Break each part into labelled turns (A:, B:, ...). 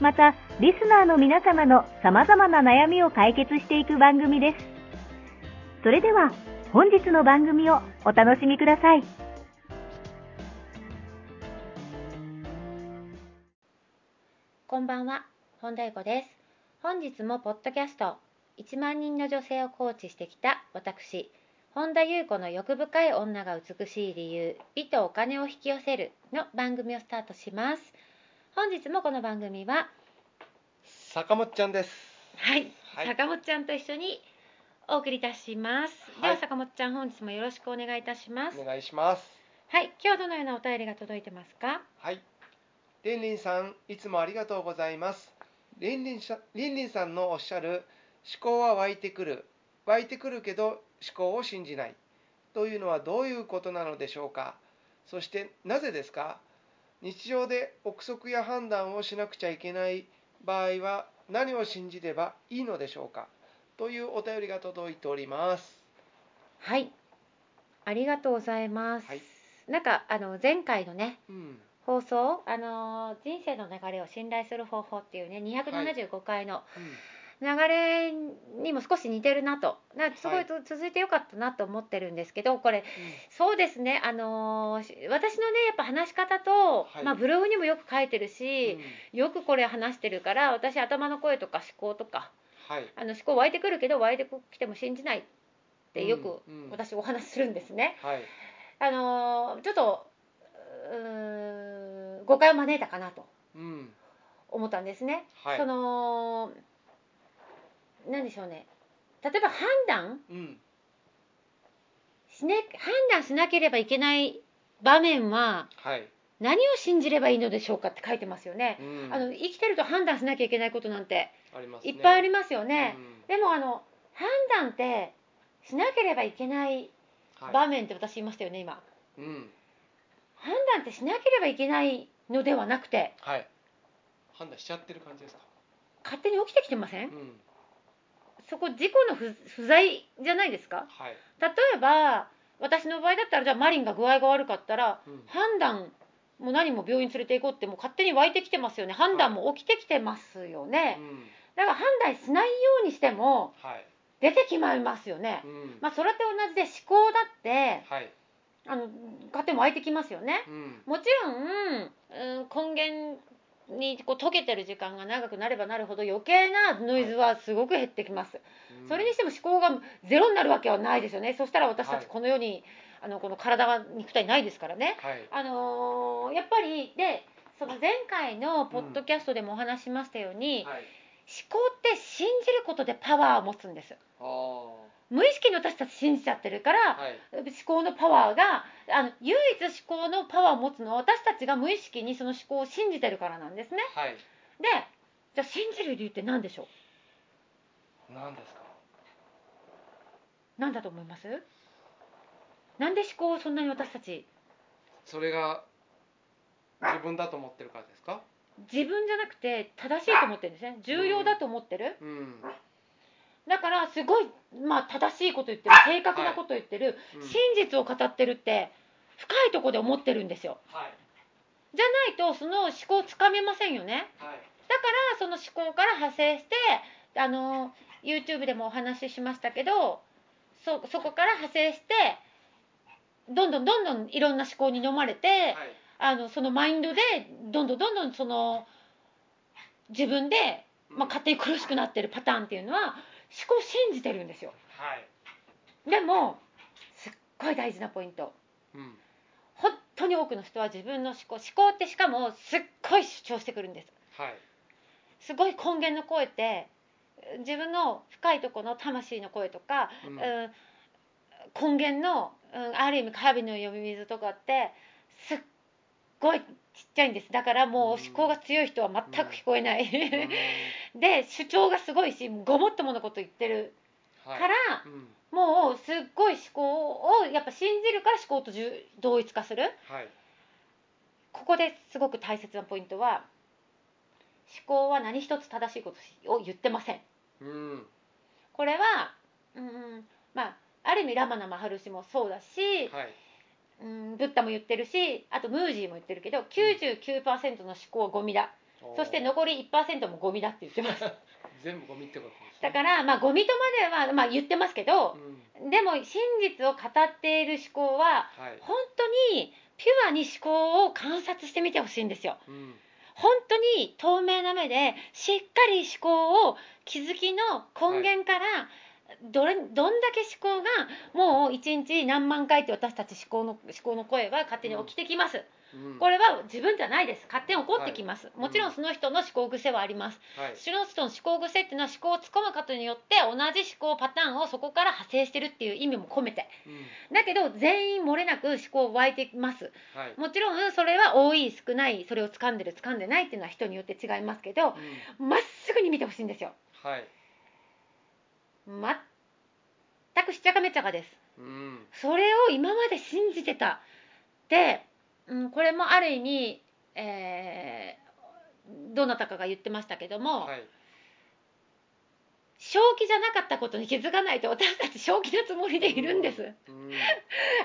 A: また、リスナーの皆様の様々な悩みを解決していく番組です。それでは、本日の番組をお楽しみください。
B: こんばんは、本田恵子です。本日もポッドキャスト、1万人の女性をコーチしてきた私、本田優子の欲深い女が美しい理由、美とお金を引き寄せるの番組をスタートします。本日もこの番組は、
C: 坂本ちゃんです。
B: はい、
C: はい
B: 坂本ちゃんと一緒にお送りいたします。で
C: は
B: はい坂本ちゃん、本日もよろしくお願いいたします。
C: お願いします。
B: はい、今日はどのようなお便りが届いてますか
C: はい。りんりんさん、いつもありがとうございます。りんりんさんりんりんさんのおっしゃる思考は湧いてくる、湧いてくるけど思考を信じないというのはどういうことなのでしょうか。そしてなぜですか。日常で憶測や判断をしなくちゃいけない場合は何を信じればいいのでしょうか。というお便りが届いております。
B: はい、ありがとうございます。
C: はい
B: なんか、あの、前回のね、
C: うん。
B: 放送、あのー人生の流れを信頼する方法っていうね275回の流れにも少し似てるなとなすごいと、続いてよかったなと思ってるんですけどこれそうですね、あのーし私のねやっぱ話し方と、
C: はい
B: まあ、ブログにもよく書いてる
C: うん。
B: し
C: うん、
B: よくこれ話してるから私頭の声とか思考とか
C: はい。
B: あの思考湧いてくるけど湧いてきても信じないってよく
C: うんうん
B: 私お話しするんですね。
C: はい。
B: あのーちょっとうーん誤解を招いたかなと
C: うん。
B: 思ったんですね。
C: はい。
B: その何でしょうね。例えば判断
C: うん。
B: しね判断しなければいけない場面は
C: はい。
B: 何を信じればいいのでしょうかって書いてますよね。
C: うん
B: あの生きてると判断しなきゃいけないことなんて
C: ありますね
B: いっぱいありますよね。
C: うん
B: でもあの判断ってしなければいけない
C: は
B: 場面って私言いましたよね今。
C: い。うん。
B: 判断ってしなければいけないのではなくて
C: はい。判断しちゃってる感じですか。
B: 勝手に起きてきてませ
C: うんん。
B: そこ自己の不不在じゃないですか
C: はい。
B: 例えば私の場合だったらじゃあマリンが具合が悪かったら
C: うん。
B: 判断も何も病院連れて行こうってもう勝手に湧いてきてますよね判断も起きてきてますよね、
C: うん
B: だから判断しないようにしても
C: はい。
B: 出てきまいますよね、
C: うん。
B: まあそれと同じで思考だって
C: はい。
B: あの勝手に湧いてきますよね
C: うん。
B: もちろん、うん、根源にこう溶けてる時間が長くなればなるほど余計なノイズはすごく減ってきます、
C: うん
B: それにしても思考がゼロになるわけはないですよね。そしたら私た
C: は
B: ち
C: い
B: この世に、あのこの体は肉体ないですからね。
C: はい。
B: あのーやっぱりでその前回のポッドキャストでもお話しましたように、思
C: はい。
B: 考って信じることでパワーを持つんです。
C: ああ。
B: 無意識に私たち信じちゃってるから、
C: はい。
B: 思考のパワーがあの唯一思考のパワーを持つのは私たちが無意識にその思考を信じてるからなんですね。
C: はい。
B: でじゃあ信じる理由って何でしょう
C: なんですか。
B: 何だと思いますなんで思考をそんなに私たち
C: それが。自分だと思ってるからですか。
B: 自分じゃなくて正しいと思ってるんですね重要だと思ってる、
C: うん。
B: だからすごい、まあ、正しいこと言ってる正確なこと言ってる、
C: うん
B: 真実を語ってるって深いとこで思ってるんですよ
C: はい。
B: じゃないとその思考をつかめませんよね
C: はい。
B: だからその思考から派生してあの YouTube でもお話ししましたけどそそこから派生してどんどんどんどんいろんな思考に飲まれて、
C: はい。
B: あのそのマインドでどんどんどんどんその自分でまあ、勝手に苦しくなってるパターンっていうのは思考を信じてるんですよ
C: はい、
B: でもすっごい大事なポイント
C: うん、
B: 本当に多くの人は自分の思考思考ってしかもすっごい主張してくるんです
C: はい、
B: すごい根源の声って自分の深いところの魂の声とか、
C: う
B: う
C: ん
B: ん根源の、うん、ある意味カービの呼び水とかってすっごいちっちゃいんですだからもう思考が強い人は全く聞こえない、
C: う ん
B: で主張がすごいしごもっとものこと言ってる
C: は
B: か
C: い
B: ら、
C: うん、
B: もうすっごい思考をやっぱ信じるから思考とじゅ同一化する
C: はい、
B: ここですごく大切なポイントは思考は何一つ正しいことを言ってません
C: うん、
B: これは、うんまあ、ある意味ラマナ・マハルシもそうだし、
C: はい、
B: うん、ブッダも言ってるしあとムージーも言ってるけど99%の思考はゴミだそして
C: の
B: 残り1%もゴミだって言ってます
C: 全部ゴミってことです
B: だから、まあ、ゴミとまでは、まあ、言ってますけど
C: う、ん、
B: でも真実を語っている思考は
C: はい、
B: 本当にピュアに思考を観察してみてほしいんですよ
C: うん、
B: 本当に透明な目でしっかり思考を気づきの根源から、どれどんだけ思考がもう一日何万回って私たち思考の思考の声は勝手に起きてきます、
C: うん、
B: こ
C: れ、
B: れは自分じゃないです勝手に起こってきます、
C: い
B: もちろんその人の思考癖はあります、
C: はい、
B: その人の思考癖っていうのは思考を突っ込むことによって同じ思考パターンをそこから派生してるっていう意味も込めて
C: うん、
B: だけど全員漏れなく思考湧いてきます
C: はい、
B: もちろんそれは多い少ないそれを掴んでる掴んでないっていうのは人によって違いますけど
C: うん、
B: まっすぐに見てほしいんですよ
C: はい、
B: 全くしちゃかめちゃかです
C: うん、
B: それを今まで信じてたで、うん、これもある意味、えーどなたかが言ってましたけども、
C: はい、
B: 正気じゃなかったことに気づかないと私たち正気なつもりでいるんです、
C: うん、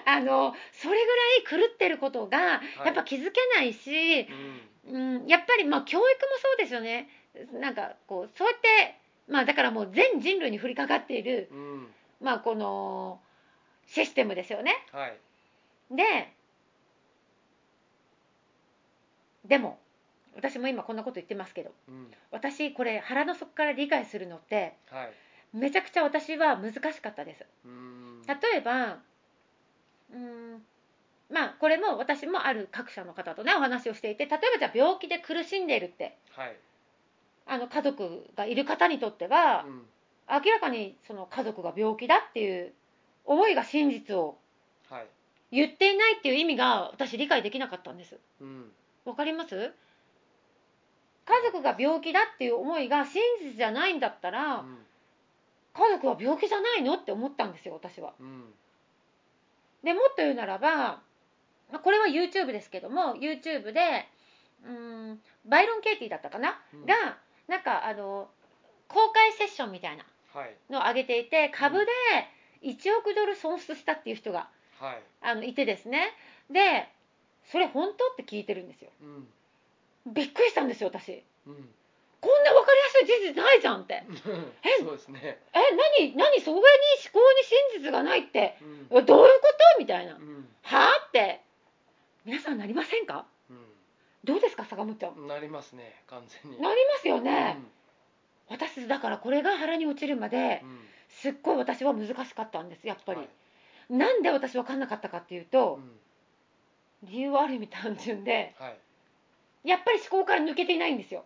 B: あのそれぐらい狂ってることが
C: い
B: やっぱ気づけないし、
C: うん、
B: うん、やっぱりまあ教育もそうですよねなんかこうそうやってまあだからもう全人類に降りかかっている
C: うん、
B: まあこのシステムですよね
C: はい、
B: ででも私も今こんなこと言ってますけど
C: うん、
B: 私これ腹の底から理解するのって
C: はい、
B: めちゃくちゃ私は難しかったです
C: うん、
B: 例えばうんまあこれも私もある各社の方とねお話をしていて例えばじゃあ病気で苦しんでいるって
C: はい、
B: あの家族がいる方にとっては
C: う、ん、
B: 明らかにその家族が病気だっていう思いが真実を
C: はい、
B: 言っていないっていう意味が私理解できなかったんです
C: うん、
B: わかります家族が病気だっていう思いが真実じゃないんだった
C: う
B: ら
C: ん、
B: 家族は病気じゃないのって思ったんですよ私は
C: うん、
B: でもっと言うならばまあこれは YouTube ですけども YouTube でうーんバイロン・ケイティだったかな、
C: うん
B: がなんかあの公開セッションみたいな
C: はい、
B: のを上げていて株で1億ドル損失したっていう人が
C: はい、
B: あのいてですねでそれ本当って聞いてるんですよ
C: うん、
B: びっくりしたんですよ私
C: う
B: こ
C: ん、
B: んな分かりやすい事実ないじゃんって
C: そうですね、
B: え何何そこに思考に真実がないって
C: うん、
B: どういうことみたいなは
C: うん、
B: あって皆さんなりませんかどうですか坂本ちゃん
C: うん、なりますね、完全に。
B: なりますよね、私だからこれが腹に落ちるまで
C: うん、うん、やっ
B: すっごい私は難しかったんですやっぱり、なんで私分かんなかったかっていうと、
C: うん、
B: 理由はある意味単純で
C: はい、
B: やっぱり思考から抜けていないんですよ、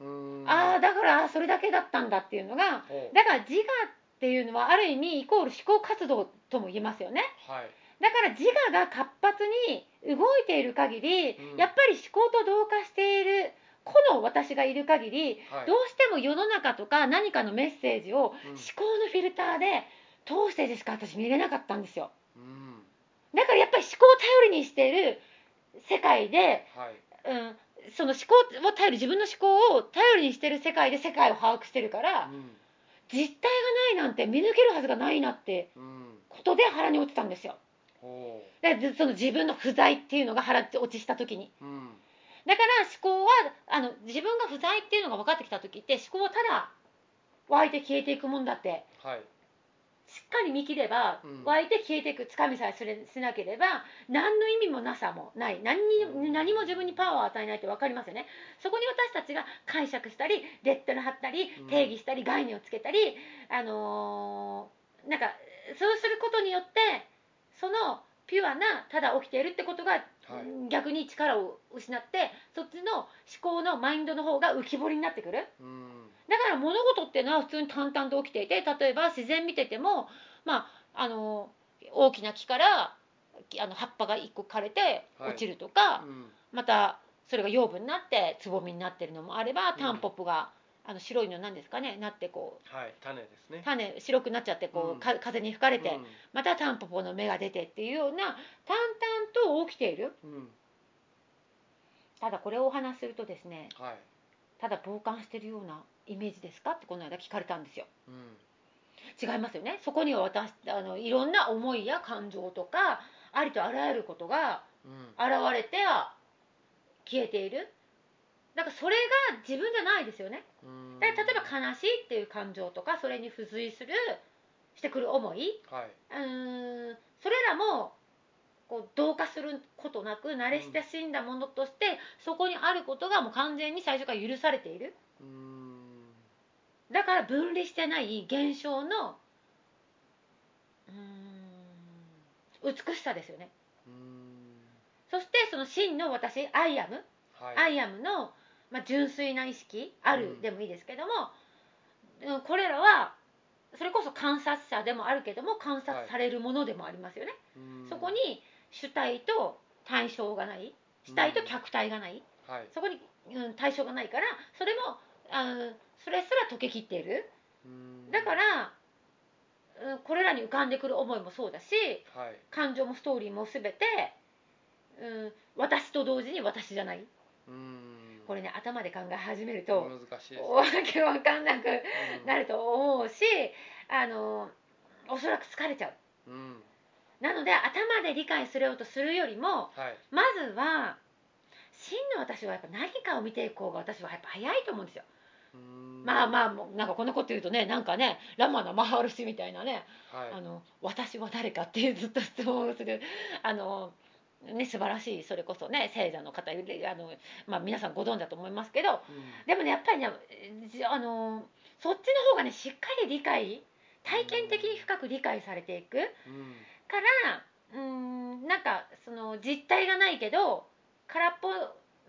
C: うん、
B: ああだ
C: だ、
B: からそれだけだったんだっていうのが
C: お、
B: だから自我っていうのはある意味イコール思考活動とも言えますよね
C: はい、
B: だから自我が活発に動いている限り、
C: うん
B: やっぱり思考と同化しているこの私がいる限り
C: はい、
B: どうしても世の中とか何かのメッセージを
C: うん
B: 思考のフィルターで通してでしか私見れなかったんですよ
C: うん、
B: だからやっぱり思考を頼りにしている世界で
C: はい、
B: うん、その思考を頼り自分の思考を頼りにしてる世界で世界を把握してるから
C: うん、
B: 実体がないなんて見抜けるはずがないなって
C: うん、
B: ことで腹に落ちたんですよ
C: お、
B: だからその自分の不在っていうのが腹落ちした時に
C: うん、
B: だから思考はあの自分が不在っていうのが分かってきた時って思考はただ湧いて消えていくもんだって
C: はい、
B: しっかり見切れば、
C: うん
B: 湧いて消えていくつかみさえすれしなければ何の意味もなさもない何に何も自分にパワーを与えないって分かりますよねそこに私たちが解釈したりレッテル貼ったり
C: うん
B: 定義したり概念をつけたり、あのーなんかそうすることによってそのピュアなただ起きているってことが、逆に力を失ってそっちの思考のマインドの方が浮き彫りになってくる。
C: うん
B: だから物事ってのは普通に淡々と起きていて例えば自然見てても、まあ、あの大きな木からあの葉っぱが1個枯れて
C: はい
B: 落ちるとか、
C: うん
B: またそれが養分になってつぼみになってるのもあれば
C: ん
B: タンポポが、あの白いのなんですかねなってこ
C: はい種です
B: う
C: ね。
B: 種白くなっちゃってこう、
C: うん
B: か風に吹かれて、
C: うん
B: またタンポポの芽が出てっていうような淡々と起きている
C: うん
B: ただこれをお話しするとですね
C: はい
B: ただ傍観してるようなイメージですかってこの間聞かれたんですよ。
C: うん
B: 違いますよねそこには私あのいろんな思いや感情とかありとあらゆることが
C: うん
B: 現れて消えているだからそれが自分じゃないですよね
C: うん
B: だから例えば悲しいっていう感情とかそれに付随するしてくる思い
C: はい。
B: うーんそれらもこう同化することなく慣れ親しんだものとしてそこにあることがもう完全に最初から許されている
C: うん
B: だから分離してない現象のうーん美しさですよね
C: うん
B: そしてその真の私アイアム、
C: はい。
B: アイアムの、まあ、純粋な意識あ
C: う
B: る
C: ん
B: でもいいですけども、うんこれらはそれこそ観察者でもあるけども観察されるものでもありますよね、
C: うん
B: そこに主体と対象がない主体と客体がない、
C: はい。
B: そこに、うん、対象がないからそれもあーそれすら溶けきっている
C: うん
B: だから、うん、これらに浮かんでくる思いもそうだし
C: はい。
B: 感情もストーリーも全て、うん、私と同時に私じゃない
C: うん
B: これね頭で考え始めると
C: 難しいですね。
B: わけわかんなく
C: うん
B: なると思うしあのおそらく疲れちゃう
C: うん
B: なので頭で理解するようとするよりも
C: はい。
B: まずは真の私はやっぱ何かを見ていこうが私はやっぱ早いと思うんですよ、まあまあもうなんかこんなこと言うとねなんかねラマのマハルシみたいなね
C: あ。はい。
B: あの私は誰かっていうずっと質問をするあの、ね、素晴らしいそれこそね聖者の方あの、まあ、皆さんご存知だと思いますけど
C: うん
B: でもねやっぱりねじあのそっちの方がねしっかり理解体験的に深く理解されていく
C: うん
B: からうーんなんかその実体がないけど空っぽ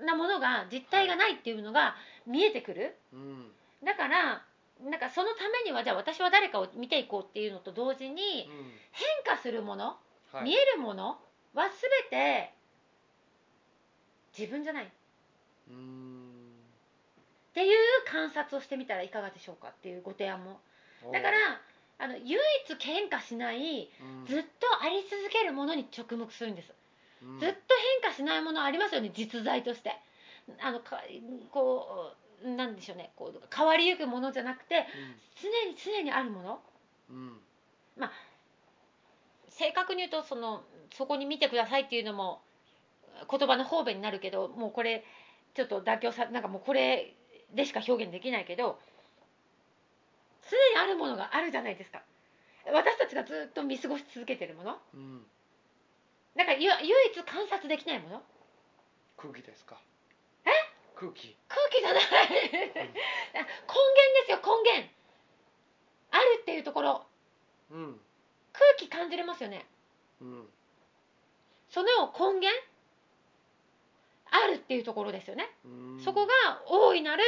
B: なものが実体がないっていうのが見えてくる。
C: うん
B: だからなんかそのためにはじゃあ私は誰かを見ていこうっていうのと同時に
C: うん
B: 変化するもの、
C: はい。
B: 見えるものは全て自分じゃないっ
C: うん
B: ていう観察をしてみたらいかがでしょうかっていうご提案もだからあの唯一変化しない
C: うん
B: ずっとあり続けるものに直目するんです
C: うん
B: ずっと変化しないものありますよね実在としてあのかこうなんでしょうねこう変わりゆくものじゃなくて常に常にあるもの
C: うんうん
B: 正確に言うとそのそこに見てくださいっていうのも言葉の方便になるけどもうこれちょっと妥協さなんかもうこれでしか表現できないけど常にあるものがあるじゃないですか私たちがずっと見過ごし続けてるもの
C: うん
B: だからゆ唯一観察できないもの
C: 空気ですか。え？空気。
B: 空気じゃない根源ですよ根源あるっていうところ
C: うん
B: 空気感じれますよね
C: うん
B: その根源あるっていうところですよね
C: うん。
B: そこが大いなる、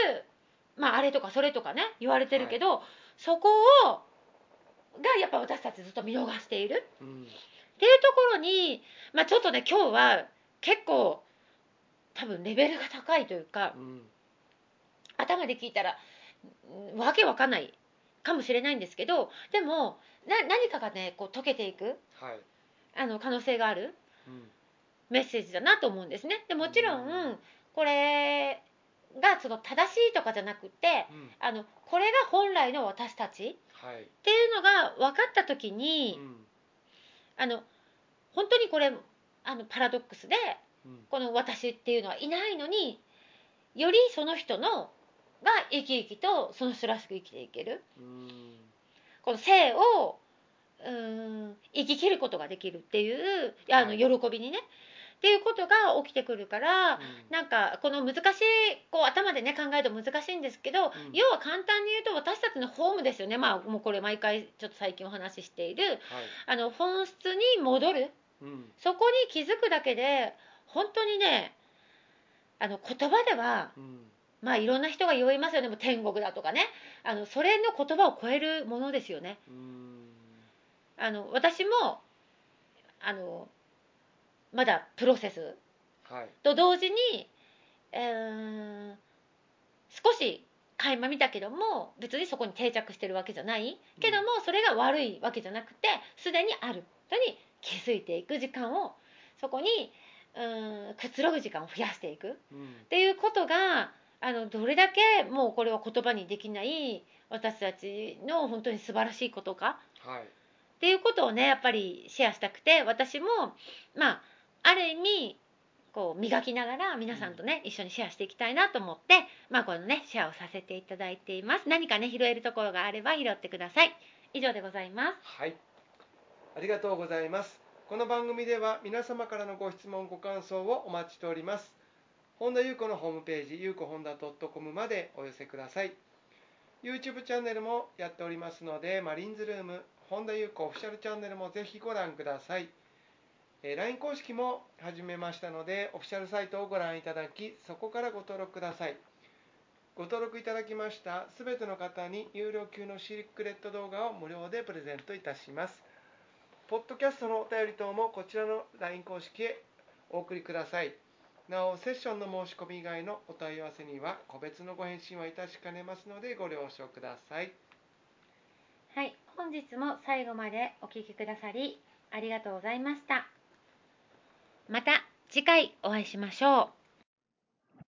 B: まあ、あれとかそれとかね言われてるけど、そこをがやっぱ私たちずっと見逃している
C: うん
B: っていうところに、まあ、ちょっとね今日は結構多分レベルが高いというか
C: うん
B: 頭で聞いたらうんわけわかんないかもしれないんですけどでもな何かがねこう溶けていく
C: はい。
B: あの可能性がある
C: うん
B: メッセージだなと思うんですね。でもちろ
C: うんん
B: これがその正しいとかじゃなくて、
C: うん
B: あのこれが本来の私たちっ
C: はい。
B: ていうのが分かった時
C: う
B: に、
C: ん
B: あの本当にこれあのパラドックスで
C: うん
B: この私っていうのはいないのによりその人のが生き生きとその人らしく生きていける
C: うん
B: この性をうーん生き切ることができるっていういやあの
C: はい
B: 喜びにねっていうことが起きてくるから、なんかこの難しいこう頭でね考えると難しいんですけど、
C: ん
B: 要は簡単に言うと私たちのホームですよねまあもうこれ毎回ちょっと最近お話ししている
C: はい
B: あの本質に戻る
C: うん
B: そこに気づくだけで本当にねあの言葉では
C: うん
B: まあいろんな人が言いますよねもう天国だとかねあのそれの言葉を超えるものですよね。
C: うん
B: あの私もあのまだプロセス
C: はい
B: と同時に、えー少し垣間見たけども別にそこに定着してるわけじゃないけども、それが悪いわけじゃなくてすでにあることに気づいていく時間をそこにうーんくつろぐ時間を増やしていくっ
C: うん
B: ていうことがあのどれだけもうこれは言葉にできない私たちの本当に素晴らしいことか
C: はい
B: っていうことをねやっぱりシェアしたくて私もまあある意味こう磨きながら皆さんとね、一緒にシェアしていきたいなと思ってまあこのねシェアをさせていただいています何かね拾えるところがあれば拾ってください以上でございます
C: はい。ありがとうございます。この番組では皆様からのご質問、ご感想をお待ちしております。本田裕子のホームページ、ゆうこほんだ .com までお寄せください。YouTube チャンネルもやっておりますので、マリンズルーム、本田裕子オフィシャルチャンネルもぜひご覧ください。えー LINE 公式も始めましたので、オフィシャルサイトをご覧いただき、そこからご登録ください。ご登録いただきましたすべての方に有料級のシークレット動画を無料でプレゼントいたします。ポッドキャストのお便り等もこちらの LINE 公式へお送りください。なお、セッションの申し込み以外のお問い合わせには個別のご返信はいたしかねますのでご了承ください。
B: はい本日も最後までお聞きくださりありがとうございましたまた次回お会いしましょう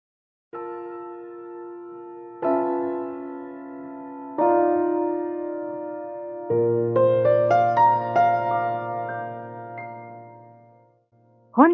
A: 本